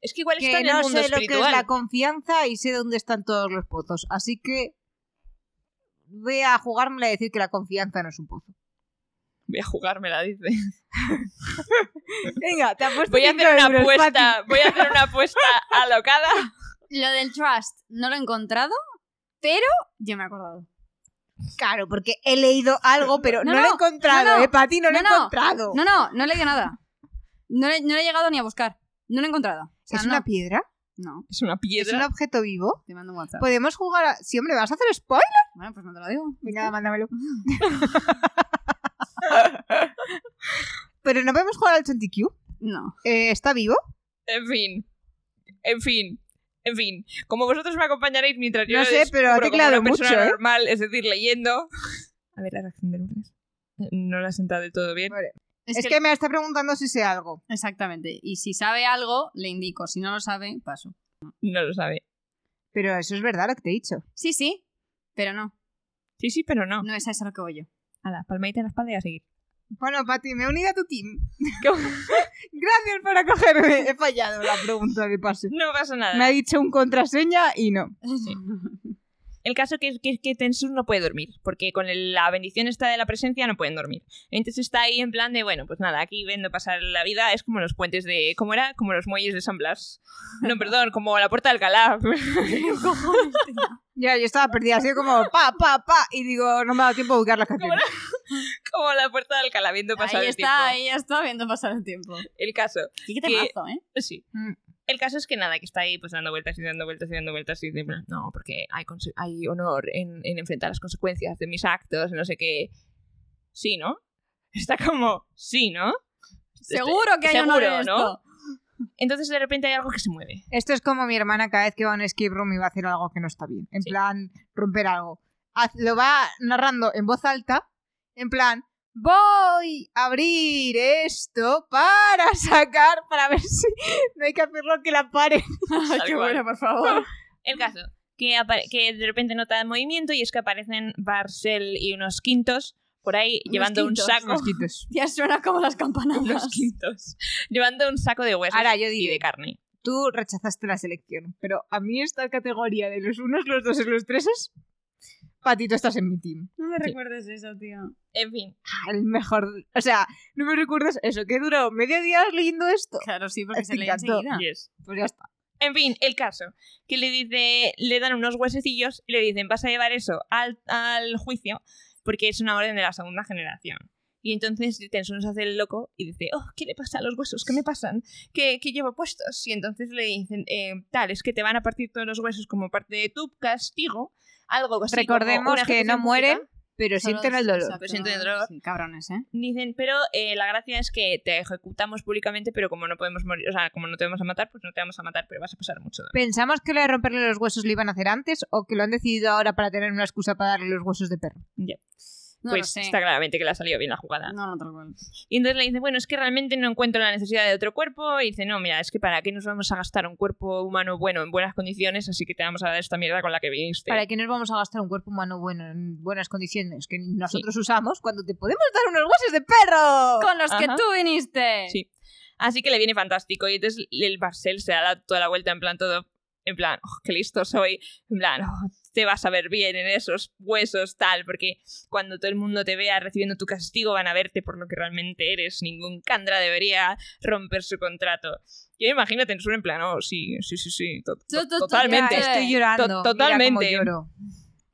Es que igual está que en el no mundo sé lo que espiritual. es la confianza y sé dónde están todos los pozos. Así que voy a jugármela y decir que la confianza no es un pozo. Voy a jugármela, [laughs] dice. Venga, te apuesto Voy a cinco hacer una euros, apuesta, [laughs] voy a hacer una apuesta alocada. Lo del trust no lo he encontrado, pero yo me he acordado. Pati. Claro, porque he leído algo, pero no, No, lo he no, encontrado, no, no. ¿eh, Pati? No, lo he No, no. encontrado. No, no, no le he leído nada. No le, no le he llegado ni a buscar. No lo he encontrado. O sea, ¿Es no, una piedra? no, Es una ¿Es un piedra. objeto vivo? te mando un WhatsApp. Podemos jugar a... Sí, hombre, ¿vas a hacer spoiler? Bueno, pues no te lo digo. Venga, mándamelo. [laughs] pero no podemos jugar al 20Q. No. Eh, ¿Está vivo? En fin. En fin. En fin. Como vosotros me acompañaréis mientras yo No lo sé, pero ha descubro como tecleado una persona mucho, ¿eh? normal, es decir, leyendo. A ver la reacción de Lourdes. No la ha sentado del todo bien. Vale. Es, que... me está preguntando si sé algo. Exactamente. Y si sabe algo, le indico. Si no lo sabe, paso. No lo sabe. Pero eso es verdad lo que te he dicho. Sí, sí, pero no. Sí, sí, pero [laughs] no. No es a eso a lo que voy yo. A la palmadita en la espalda y a seguir. [laughs] Bueno, Pati, me he unido a tu team. Gracias por acogerme. He fallado la pregunta que pasé. No pasa nada. Me ha dicho un contraseña y no. [laughs] [laughs] El caso que es que, que Tensur no puede dormir, porque con el- la bendición esta de la presencia no pueden dormir. Entonces está ahí en plan de, bueno, pues nada, aquí viendo pasar la vida, es como los puentes de, ¿cómo era? Como los muelles de San Blas. [laughs] No, perdón, como la puerta de Alcalá. [laughs] Ya, yo estaba perdida, así como pa, pa, pa. Y digo, no me ha dado tiempo a buscar las canciones. como la puerta de Alcalá, viendo pasar ahí el está, tiempo. ahí está viendo pasar el tiempo. El caso, Y qué Que- temazo, ¿eh? sí. Mm. El caso es que nada, que está ahí pues dando vueltas y dando vueltas y dando vueltas y de plan, no, porque hay, conse- hay honor en, en enfrentar las consecuencias de mis actos, no sé qué. Sí, ¿no? [laughs] Está como, sí, ¿no? Seguro que hay este, seguro, honor en ¿no? esto. Entonces de repente hay algo que se mueve. Esto es como mi hermana cada vez que va a un escape room y va a hacer algo que no está bien. En Sí. plan, romper algo. Haz- Lo va narrando en voz alta, en plan, voy a abrir esto para sacar, para ver si no hay que hacerlo que la pare. Ay, [laughs] Tal qué cual. bueno, por [laughs] favor. El caso, que, apare- que de repente nota el movimiento y es que aparecen Barcel y unos quintos por ahí Unos llevando quintos. un saco. Mosquitos. Ya suena como las [laughs] Unos campanadas. quintos. Llevando un saco de huesos Ahora, yo y de diré, carne. tú rechazaste la selección, pero a mí esta categoría de los unos, los dos y los treses, Patito, estás en mi team. No me Sí. recuerdes eso, tío. En fin, Ah, El mejor... O sea, no me recuerdas eso, que duró medio día leyendo esto. Claro, sí, porque se Estoy lee tanto- enseguida. yes. Pues ya está. En fin, el caso, que le dice, le dan unos huesecillos y le dicen, vas a llevar eso al, al juicio porque es una orden de la segunda generación. Y entonces Tensur se hace el loco y dice, oh, ¿qué le pasa a los huesos? ¿Qué me pasan? ¿Qué, qué llevo puestos? Y entonces le dicen, "Eh, tal, es que te van a partir todos los huesos como parte de tu castigo. Algo así como Recordemos una que ejecución no mueren, pública. Pero Solo sienten el dolor. exacto, pero sienten el dolor. sí, cabrones, ¿eh? Dicen, pero eh, la gracia es que te ejecutamos públicamente, pero como no podemos morir, o sea, como no te vamos a matar, pues no te vamos a matar, pero vas a pasar mucho dolor. ¿Pensamos que lo de romperle los huesos lo iban a hacer antes o que lo han decidido ahora para tener una excusa para darle los huesos de perro? No lo pues sé. está claramente que le ha salido bien la jugada. No, no, tal cual. Y entonces le dice, bueno, es que realmente no encuentro la necesidad de otro cuerpo. Y dice, no, mira, es que para qué nos vamos a gastar un cuerpo humano bueno en buenas condiciones, así que te vamos a dar esta mierda con la que viniste. ¿Para qué nos vamos a gastar un cuerpo humano bueno en buenas condiciones que nosotros usamos cuando te podemos dar unos huesos de perro? Con los que Ajá. tú viniste. Sí. Así que le viene fantástico. Y entonces el Barcel se da toda la vuelta en plan todo, en plan, oh, qué listo soy. En plan, "Oh, te vas a ver bien en esos huesos, tal, porque cuando todo el mundo te vea recibiendo tu castigo van a verte por lo que realmente eres. Ningún Candra debería romper su contrato. Yo me imagino Tensur en plan, oh, sí, sí, sí, sí, to- to- Tú- tú- tú- totalmente. ya, eh. Estoy llorando. To- mira cómo totalmente. lloro.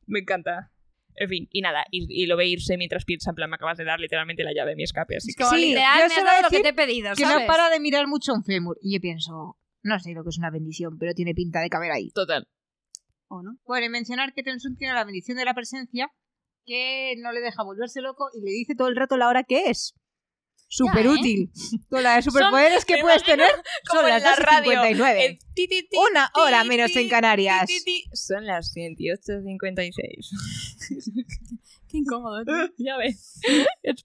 Me encanta. En fin, y nada, y, y lo ve irse mientras piensa, en plan, me acabas de dar literalmente la llave de mi escape, así Es que... como Sí, yo literal, me has solo dado lo que decir te he pedido, Que ¿sabes? no para de mirar mucho un fémur. Y yo pienso, no sé lo que es una bendición, pero tiene pinta de caber ahí. Total. ¿O no? Bueno, y mencionar que Tensun tiene la bendición de la presencia que no le deja volverse loco y le dice todo el rato la hora que es. Súper útil. [laughs] Toda la de superpoderes [laughs] que me puedes ¿eh? imagino tener como son en las la 2 y radio, 59. Eh, ti, ti, ti, Una ti, hora menos ti, en Canarias. ti, ti, ti. Son las 28.56. Qué incómodo. tío. [laughs] ya ves. Es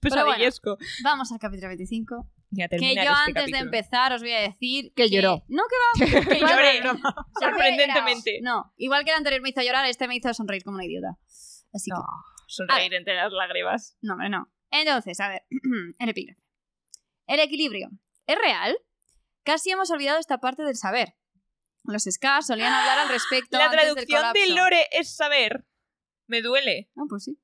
bueno. pesadillesco. Vamos al capítulo 25. Ya Que yo terminar antes este de capítulo. empezar os voy a decir... Que lloró. No, [laughs] que va... Que lloré. Sorprendentemente. Sorprendentemente. No, igual que el anterior me hizo llorar, este me hizo sonreír como una idiota. Así No, que... sonreír Ah. entre las lágrimas. No, hombre, no. Entonces, a ver, [clears throat] el epígrafe. El equilibrio. ¿Es real? Casi hemos olvidado esta parte del saber. Los Skars solían hablar al respecto La antes del traducción de colapso. Lore es saber. Me duele. Ah, pues sí.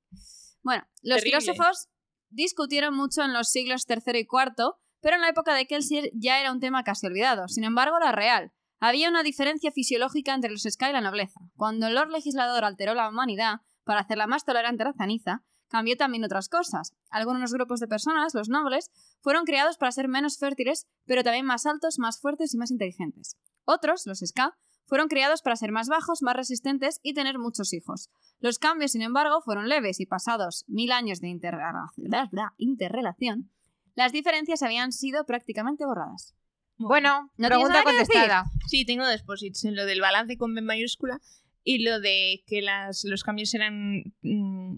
Bueno, los Terrible. filósofos discutieron mucho en los siglos III y IV, pero en la época de Kelsier ya era un tema casi olvidado. Sin embargo, era real. Había una diferencia fisiológica entre los Ska y la nobleza. Cuando el Lord Legislador alteró la humanidad para hacerla más tolerante a la ceniza, cambió también otras cosas. Algunos grupos de personas, los nobles, fueron creados para ser menos fértiles, pero también más altos, más fuertes y más inteligentes. Otros, los Ska, fueron creados para ser más bajos, más resistentes y tener muchos hijos. Los cambios, sin embargo, fueron leves y pasados mil años de interrela- [laughs] interrelación, Las diferencias habían sido prácticamente borradas. Bueno, No tienes pregunta nada que decir. contestada. Sí, tengo dos posits, en lo del balance con B mayúscula y lo de que las, los cambios eran mm,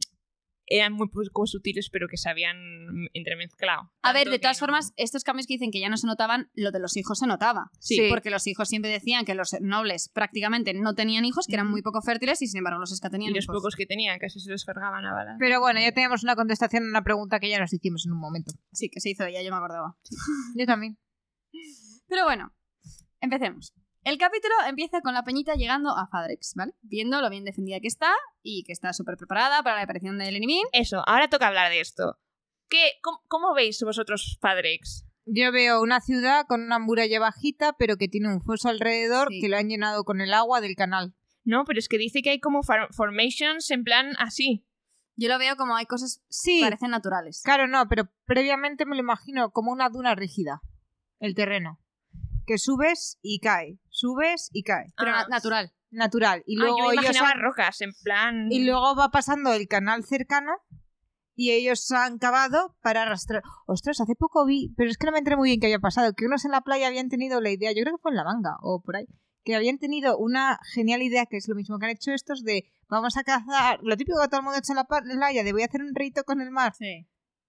eran muy poco sutiles, pero que se habían entremezclado. A ver, Tanto de que todas no- formas, estos cambios que dicen que ya no se notaban, lo de los hijos se notaba. Sí. Porque los hijos siempre decían que los nobles prácticamente no tenían hijos, que eran Ujú. muy poco fértiles y sin embargo los que Y tenían los hijos. pocos que tenían casi se los cargaban a balas. Pero bueno, ya teníamos una contestación a una pregunta que ya nos hicimos en un momento. Sí, que se hizo ella, yo me acordaba. Yo también. Pero bueno, empecemos. El capítulo empieza con la peñita llegando a Fadrex, ¿vale? Viendo lo bien defendida que está y que está súper preparada para la aparición del enemigo. Eso, ahora toca hablar de esto. ¿Qué, cómo, cómo veis vosotros, Fadrex? Yo veo una ciudad con una muralla bajita, pero que tiene un foso alrededor Sí. que lo han llenado con el agua del canal. No, pero es que dice que hay como far- formations en plan así. Ah, Yo lo veo como hay cosas Sí, que parecen naturales. claro, no, pero previamente me lo imagino como una duna rígida, el terreno, que subes y cae, subes y cae, Pero Ah. na- natural. natural. Y Ah, luego yo me ellos imaginaba han- rocas, en plan... y [laughs] luego va pasando el canal cercano y ellos han cavado para arrastrar. Ostras, hace poco vi, pero es que no me entré muy bien qué había pasado, que unos en la playa habían tenido la idea, yo creo que fue en la manga o por ahí, que habían tenido una genial idea, que es lo mismo que han hecho estos, de vamos a cazar, lo típico que todo el mundo ha hecho en la pa- playa, de voy a hacer un rito con el mar. Sí.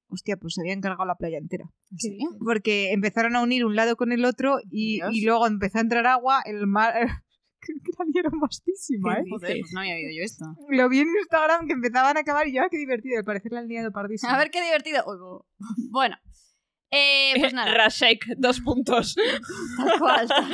Hostia, pues se habían cargado la playa entera. Sí. Porque empezaron a unir un lado con el otro y, Dios. y luego empezó a entrar agua, el mar... [laughs] Creo que la vieron vastísima, ¿eh? Joder, pues no había oído yo esto. Lo vi en Instagram que empezaban a acabar y yo, ah, qué divertido, al parecer la han liado pardísimo. A ver qué divertido. Uy, bu- Bueno. Eh, [laughs] pues nada, Rashek, dos puntos. [laughs] tal cual. Tal,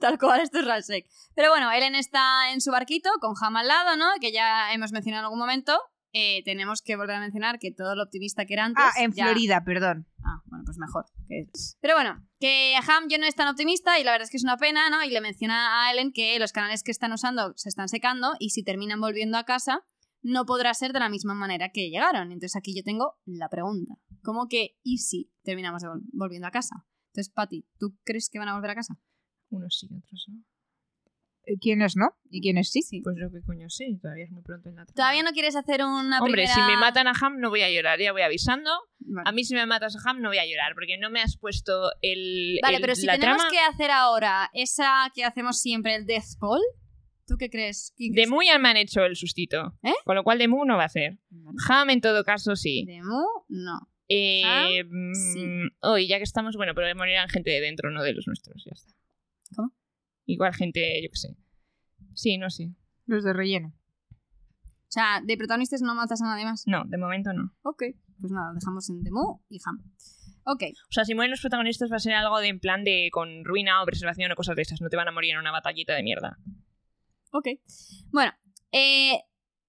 tal cual, esto es Rasek. Pero bueno, Ellen está en su barquito con Ham al lado, ¿no? Que ya hemos mencionado en algún momento. Eh, tenemos que volver a mencionar que todo lo optimista que era antes. Ah, en ya- Florida, perdón. Ah, bueno, pues mejor. que- Pero bueno, que Ham ya no es tan optimista y la verdad es que es una pena, ¿no? Y le menciona a Ellen que los canales que están usando se están secando y si terminan volviendo a casa no podrá ser de la misma manera que llegaron. Entonces aquí yo tengo la pregunta. ¿Cómo que y si terminamos de vol- volviendo a casa? Entonces, Patti, ¿tú crees que van a volver a casa? Unos sí, otros no. Eh, ¿Quiénes no? ¿Y quiénes sí? sí? Pues yo qué coño sé, todavía es muy pronto en la trama. ¿Todavía no quieres hacer una Hombre, primera... si me matan a Ham no voy a llorar, ya voy avisando. Bueno. A mí si me matas a Ham no voy a llorar, porque no me has puesto el, Vale, el- pero si la tenemos trama que hacer ahora esa que hacemos siempre, el Death Poll, ¿tú qué crees? ¿Quién De crees? Mu ya me han hecho el sustito, ¿Eh? con lo cual de Mu no va a ser. Ham en todo caso sí. De Mu, no. Eh, sí. mm, Hoy, ya que estamos, bueno, pero morirán gente de dentro, no de los nuestros, ya está. ¿Cómo? Igual gente, yo qué sé. Sí, no sé. Los de relleno. O sea, de protagonistas no matas a nadie más. No, de momento no. Ok. Pues nada, dejamos en Demu y Ham. Ok. O sea, si mueren los protagonistas va a ser algo de en plan de con ruina o preservación o cosas de esas. No te van a morir en una batallita de mierda. Ok. Bueno, eh,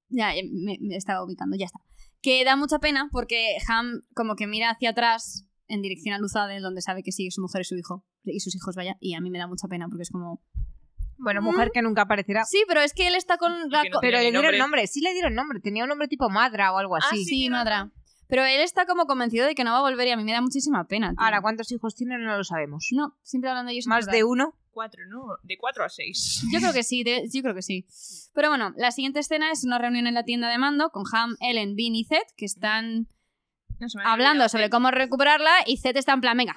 ya eh, me, me estaba ubicando, ya está. Que da mucha pena porque Ham como que mira hacia atrás en dirección a Luzadel, donde sabe que sigue su mujer y su hijo, y sus hijos, vaya, y a mí me da mucha pena porque es como... Bueno, Mm. mujer que nunca aparecerá. Sí, pero es que él está con... la Y que no co- Pero Tenía le ni dieron nombre. nombre. sí le dieron nombre. Tenía un nombre tipo Madra o algo Ah, así. sí, sí, tiene madra. Pero él está como convencido de que no va a volver y a mí me da muchísima pena. tío. Ahora, ¿cuántos hijos tiene? No lo sabemos. No, siempre hablando de ellos. Más de uno. Cuatro, ¿no? De cuatro a seis. Yo creo que sí, de- yo creo que sí. Pero bueno, la siguiente escena es una reunión en la tienda de mando con Ham, Ellen, Vin y Zed, que están No, se me había hablando olvidado. sobre cómo recuperarla y Zed está en plan, venga,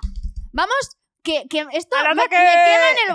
vamos, que, que esto ¡Al me, me ataque! queda en el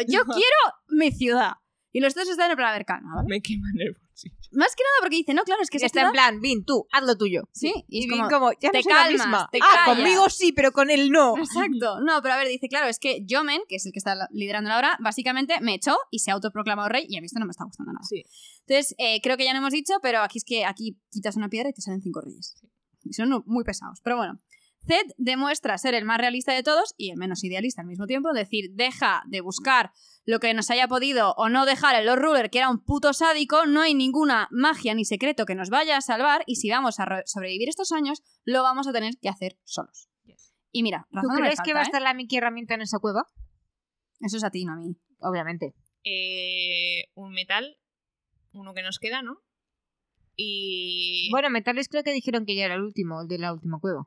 [laughs] yo quiero mi ciudad. Y los dos están en plan, a ver, calma, ¿vale? Me queman el bolsillo. Más que nada porque dice, este no, claro, es que esa está en ciudad- plan, Vin, tú, haz lo tuyo. Sí, y Y es Vin como- como, ya te no soy la calmas, misma. te ah, callas. conmigo sí, pero con él no. Exacto. No, pero a ver, dice, claro, es que Jomen, que es el que está liderando la hora, básicamente me echó y se ha autoproclamado rey y a mí esto no me está gustando nada. Sí. Entonces, eh, creo que ya no hemos dicho, pero aquí es que aquí quitas una piedra y te salen cinco reyes. Y son u- muy pesados. Pero bueno, Zed demuestra ser el más realista de todos y el menos idealista al mismo tiempo. Es decir, deja de buscar lo que nos haya podido o no dejar el Lord Ruler, que era un puto sádico. No hay ninguna magia ni secreto que nos vaya a salvar y si vamos a re- sobrevivir estos años, lo vamos a tener que hacer solos. Y mira, ¿Tú razón no me crees que falta, va a ¿eh? estar la Mickey herramienta en esa cueva? Eso es a ti, no a mí. Obviamente. Eh, un metal, uno que nos queda, ¿no? Y... Bueno, metales creo que dijeron que ya era el último, el de la última cueva.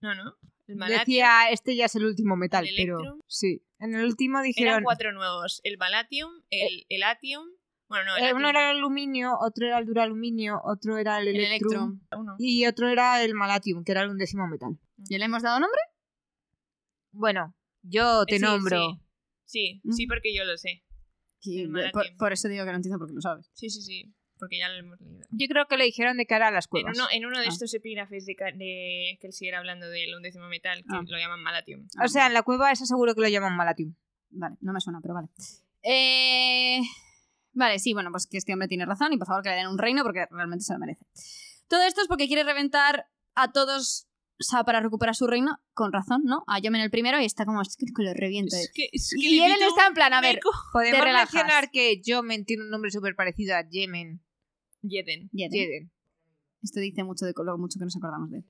No, no. El Malatium. Decía, este ya es el último metal, el pero... Electrum. Sí. En el último Eran dijeron... Eh, cuatro nuevos. El Malatium, el, el Atium, Bueno, no, Eh, era uno era el aluminio, otro era el duraluminio, otro era el El electrum, Electrum. tinta, uno. y otro era el malatium, que era el undécimo metal. ¿Ya le hemos dado nombre? Bueno, yo te Eh, Sí, nombro. Sí, Mm. sí, porque yo lo sé. Sí, El por- Malatium. por eso digo que no entiendo porque lo sabes. Sí, sí, sí. Porque ya lo hemos leído. Yo creo que lo dijeron de cara a las En cuevas. uno, en uno de Ah. estos epígrafes de, ca- de que él sí era hablando del undécimo metal, que Ah. lo llaman malatium. O sea, en la cueva es seguro que lo llaman malatium. Vale, no me suena, pero vale. Eh, Vale, sí, bueno, pues que este hombre tiene razón y por favor que le den un reino porque realmente se lo merece. Todo esto es porque quiere reventar a todos o sea, para recuperar su reino, con razón, ¿no? A Yomen el primero y está como, es que lo reviento. que, Y él está en plan, a ver, Podemos Te relajas. mencionar que Yomen tiene un nombre súper parecido a Yemen. Yeden. Jeden. Jeden. esto dice mucho de lo mucho que nos acordamos de él.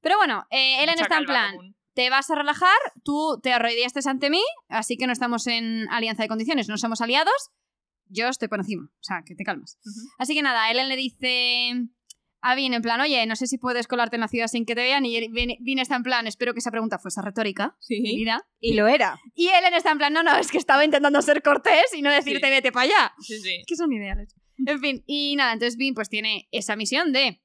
Pero bueno, eh, Ellen Mucha está en calva plan, común. te vas a relajar, tú te arrodillaste ante mí, así que no estamos en alianza de condiciones, no somos aliados, yo estoy por encima, o sea, que te calmas. Ujú. Así que nada, Ellen le dice a Vin en plan, oye, no sé si puedes colarte en la ciudad sin que te vean, y Vin Vin está en plan, espero que esa pregunta fuese retórica, querida. Y lo era. Y Ellen está en plan, no, no, es que estaba intentando ser cortés y no decirte Sí. vete para allá. Sí, sí. Que son ideales. En fin, y nada, entonces Vin pues tiene esa misión de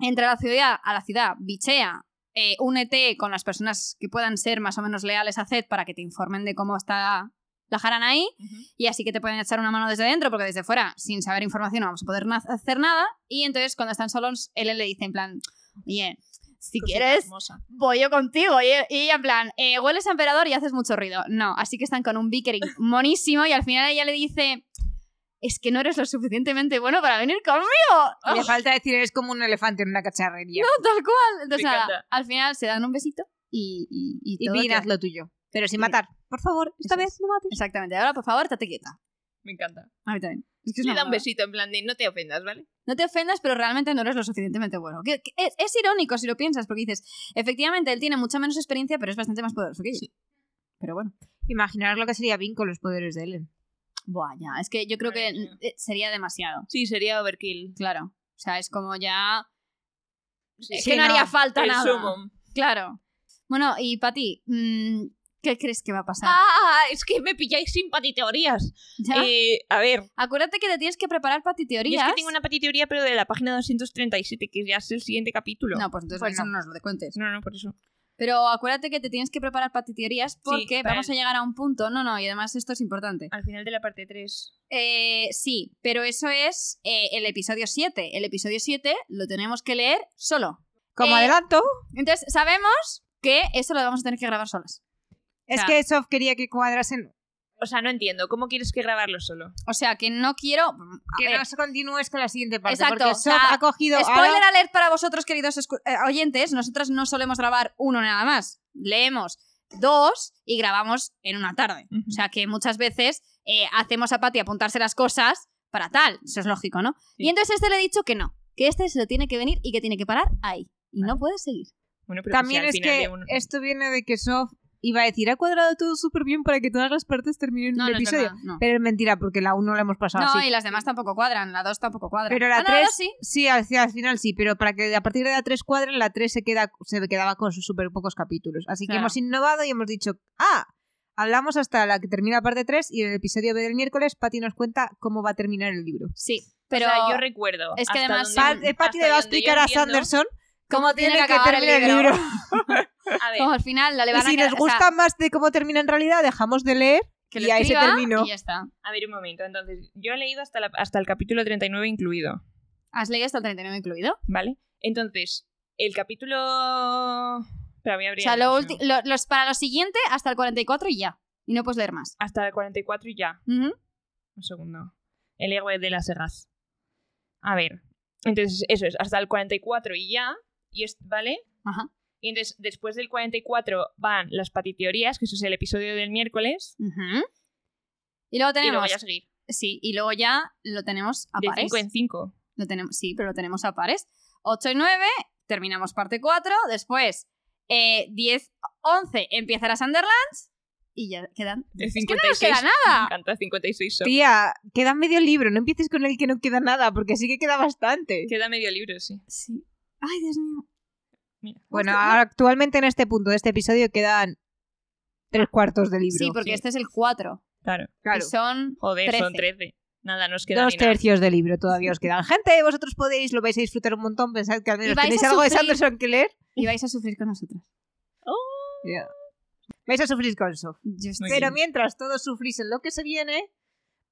entra a la ciudad, a la ciudad, bichea, eh, únete con las personas que puedan ser más o menos leales a Zed para que te informen de cómo está la jarana ahí Ujú. y así que te pueden echar una mano desde dentro porque desde fuera, sin saber información, no vamos a poder na- hacer nada. Y entonces cuando están solos, él le dice en plan, oye, si Cosita quieres, hermosa. voy yo contigo. Y, y ella en plan, eh, hueles a emperador y haces mucho ruido. No, así que están con un bickering monísimo y al final ella le dice, es que no eres lo suficientemente bueno para venir conmigo. Ah. Le falta decir, eres como un elefante en una cacharrería. No, [laughs] tal cual. Entonces Me nada, encanta. al final se dan un besito y, y, y y todo Vin, queda- haz lo tuyo. Pero sin Sí. matar. Por favor, esta Eso vez no mates. Exactamente. Ahora, por favor, tate quieta. Me encanta. A mí también. Es que es Le una da un broma. besito en plan de no te ofendas, ¿vale? No te ofendas, pero realmente no eres lo suficientemente bueno. Que- que es, es irónico si lo piensas, porque dices, efectivamente, él tiene mucha menos experiencia, pero es bastante más poderoso que ella. Pero bueno. Imaginaros lo que sería Vin con los poderes de Ellen. Buah, ya. Es que yo creo que Madre mía. eh, sería demasiado. Sí, sería overkill. Claro. O sea, es como ya. Sí, es sí, que no, no. haría falta El nada. summon. Claro. Bueno, y Pati, mm, ¿qué crees que va a pasar? Ah, es que me pilláis sin patiteorías. Ya. Eh, a ver, Acuérdate que te tienes que preparar Pati yo teorías. es que tengo una patiteoría, pero de la página 237, que ya es el siguiente capítulo. No, pues entonces Pues eso no. no nos lo cuentes. no, no, por eso. Pero acuérdate que te tienes que preparar Pati teorías porque para vamos el- a llegar a un punto. No, no, y además esto es importante. Al final de la parte 3. Eh, sí, pero eso es eh, el episodio 7. El episodio 7 lo tenemos que leer solo. Como Eh, adelanto, Entonces, sabemos que eso lo vamos a tener que grabar solas. es sea- que Sof quería que cuadrasen. O sea, no entiendo. ¿Cómo quieres que grabarlo solo? O sea, que no quiero... a Que ver, no se continúes con la siguiente parte. Exacto, Porque o Sof sea, ha cogido. ahora- Spoiler alert para vosotros, queridos escu- eh, oyentes. Nosotras no solemos grabar uno nada más. Leemos dos y grabamos en una tarde. O sea, que muchas veces eh, hacemos a Pati apuntarse las cosas para tal. Eso es lógico, ¿no? Sí. Y entonces a este le he dicho que no. Que este se lo tiene que venir y que tiene que parar ahí. Y no puede seguir. Bueno, pero También si al es final que de uno- esto viene de que Sof iba a decir: ha cuadrado todo súper bien para que todas las partes terminen No, el no es episodio. verdad, no. Pero es mentira, porque la 1 la hemos pasado No, así. y las demás tampoco cuadran. La dos tampoco cuadra. Pero la Ah, no, tres- dos sí. Sí, al, al final sí, pero para que a partir de la 3 cuadren, la 3 se, queda, se quedaba con sus súper pocos capítulos. Así que Claro. hemos innovado y hemos dicho, ah, hablamos hasta la que termina la parte 3 y en el episodio B del miércoles Patty nos cuenta cómo va a terminar el libro. Sí, pero O sea, yo recuerdo. es que hasta además- donde- Pat- eh, Patty hasta le va a donde yo explicar a entiendo- Sanderson cómo tiene tiene que, que acabar el terminar el libro. libro. A [laughs] ver, como al final la le Y van a si quedar- nos o sea, gusta más de cómo termina en realidad, dejamos de leer que lo y ahí se escriba terminó. Y ya está. a ver un momento. Entonces, yo he leído hasta, la- hasta el capítulo 39 incluido, Has leído hasta el 39 incluido. ¿vale? Entonces, el capítulo... Espera, voy a O abrir sea, el lo próximo. ulti- lo- los, para lo siguiente hasta el 44 y ya. Y no puedes leer más. Hasta el 44 y ya. Ujú. Un segundo. El héroe de las egas. A ver. Entonces, eso es, hasta el 44 y ya. Y es, ¿Vale? Ajá. Y entonces, después del 44 van las patiteorías, que eso es el episodio del miércoles. Ujú. Y luego Y luego tenemos. ya seguir. Sí, y luego ya lo tenemos a De pares. 5 en 5. Lo tenemos, sí, pero lo tenemos a pares. 8 y 9, terminamos parte 4. Después, eh, 10, 11, empieza la Sunderlands. Y ya quedan. El Es que no nos 56. queda Me nada. encanta 56 son. Tía, queda medio libro, no empieces con el que no queda nada, porque sí que queda bastante. Queda medio libro, sí. Sí. Ay, Dios mío. Mira. Bueno, Hostia, ahora actualmente en este punto de este episodio quedan tres cuartos de libro. Sí, porque sí. este es el 4. Claro. Claro. Y son Joder, son 13. 13. Nada, nos queda Dos ni nada. tercios de libro todavía os quedan. Gente, vosotros podéis, lo vais a disfrutar un montón. Pensad que al menos vais tenéis a algo de sufrir. Sanderson que leer. Y vais a sufrir con nosotros. Ya. Vais a sufrir con eso. Yo Muy estoy- Pero bien. mientras todos sufrís en lo que se viene,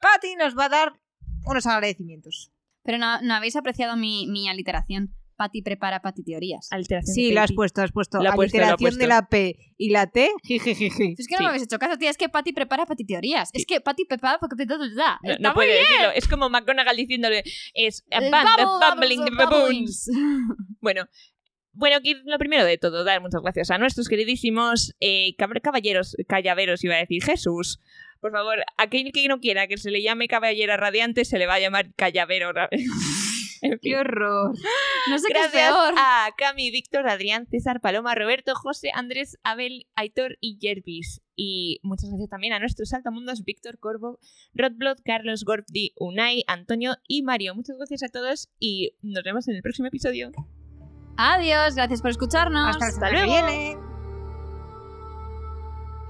Patty nos va a dar unos agradecimientos. Pero no, no habéis apreciado mi, mi aliteración. Pati prepara Pati teorías. Alteración Sí, de lo has Peggy. puesto, has puesto Lo ha puesto, lo ha aliteración de puesto. la P y la T. jijijiji. Es que no me Sí. habéis hecho caso, tía. Es que Pati prepara Pati teorías. Es que Pati prepara porque te da. No, Está no muy puede decirlo. Es como McGonagall diciéndole es a bien. band of Bubble, bubbles, bumbling bubbles. baboons. Bueno, bueno, que lo primero de todo, dar muchas gracias a nuestros queridísimos eh, cab- caballeros, callaveros, iba a decir, Jesús. Por favor, aquel que no quiera que se le llame caballera radiante, se le va a llamar callavero. ra- [laughs] En fin. ¡Qué horror! No sé qué es Gracias peor. a Cami, Víctor, Adrián, César, Paloma, Roberto, José, Andrés, Abel, Aitor y Jervis. Y muchas gracias también a nuestros saltamundos Víctor Corvo, Rodblot, Carlos, Gordi, Unai, Antonio y Mario. Muchas gracias a todos y nos vemos en el próximo episodio. Adiós, gracias por escucharnos. Hasta, el Hasta luego. luego.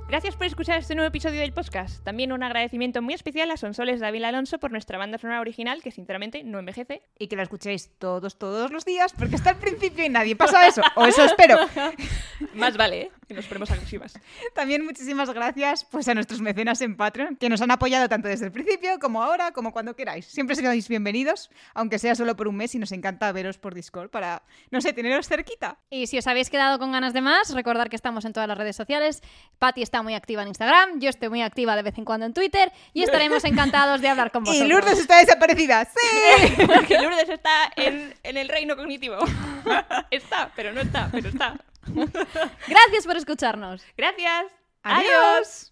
Gracias por escuchar este nuevo episodio del podcast. También un agradecimiento muy especial a Sonsoles David Alonso por nuestra banda sonora original, que sinceramente no envejece. Y que la escuchéis todos, todos los días, porque está al principio y nadie pasa [laughs] eso. O eso espero. Más vale, ¿eh? que nos ponemos [laughs] agresivas. También muchísimas gracias pues, a nuestros mecenas en Patreon, que nos han apoyado tanto desde el principio como ahora, como cuando queráis. Siempre seréis bienvenidos, aunque sea solo por un mes y nos encanta veros por Discord para, no sé, teneros cerquita. Y si os habéis quedado con ganas de más, recordar que estamos en todas las redes sociales. Patti está muy activa en Instagram, yo estoy muy activa de vez en cuando en Twitter y [laughs] estaremos encantados de hablar con Y vosotros. Lourdes está desaparecida. ¡Sí! Porque Lourdes está en, en el reino cognitivo. [laughs] Está, pero no está, pero está. Gracias por escucharnos. Gracias. ¡Adiós!